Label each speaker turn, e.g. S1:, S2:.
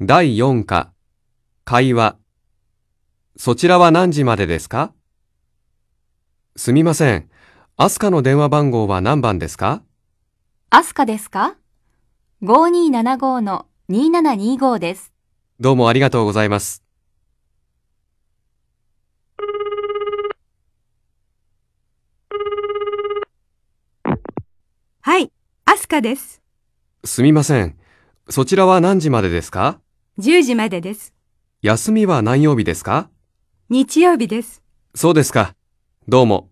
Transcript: S1: 第4課、会話。そちらは何時までですかすみません。アスカの電話番号は何番ですか
S2: アスカですか ?5275-2725 です。
S1: どうもありがとうございます。
S3: はい、アスカです。
S1: すみません。そちらは何時までですか
S3: 10時までです。
S1: 休みは何曜日ですか
S3: 日曜日です。
S1: そうですか。どうも。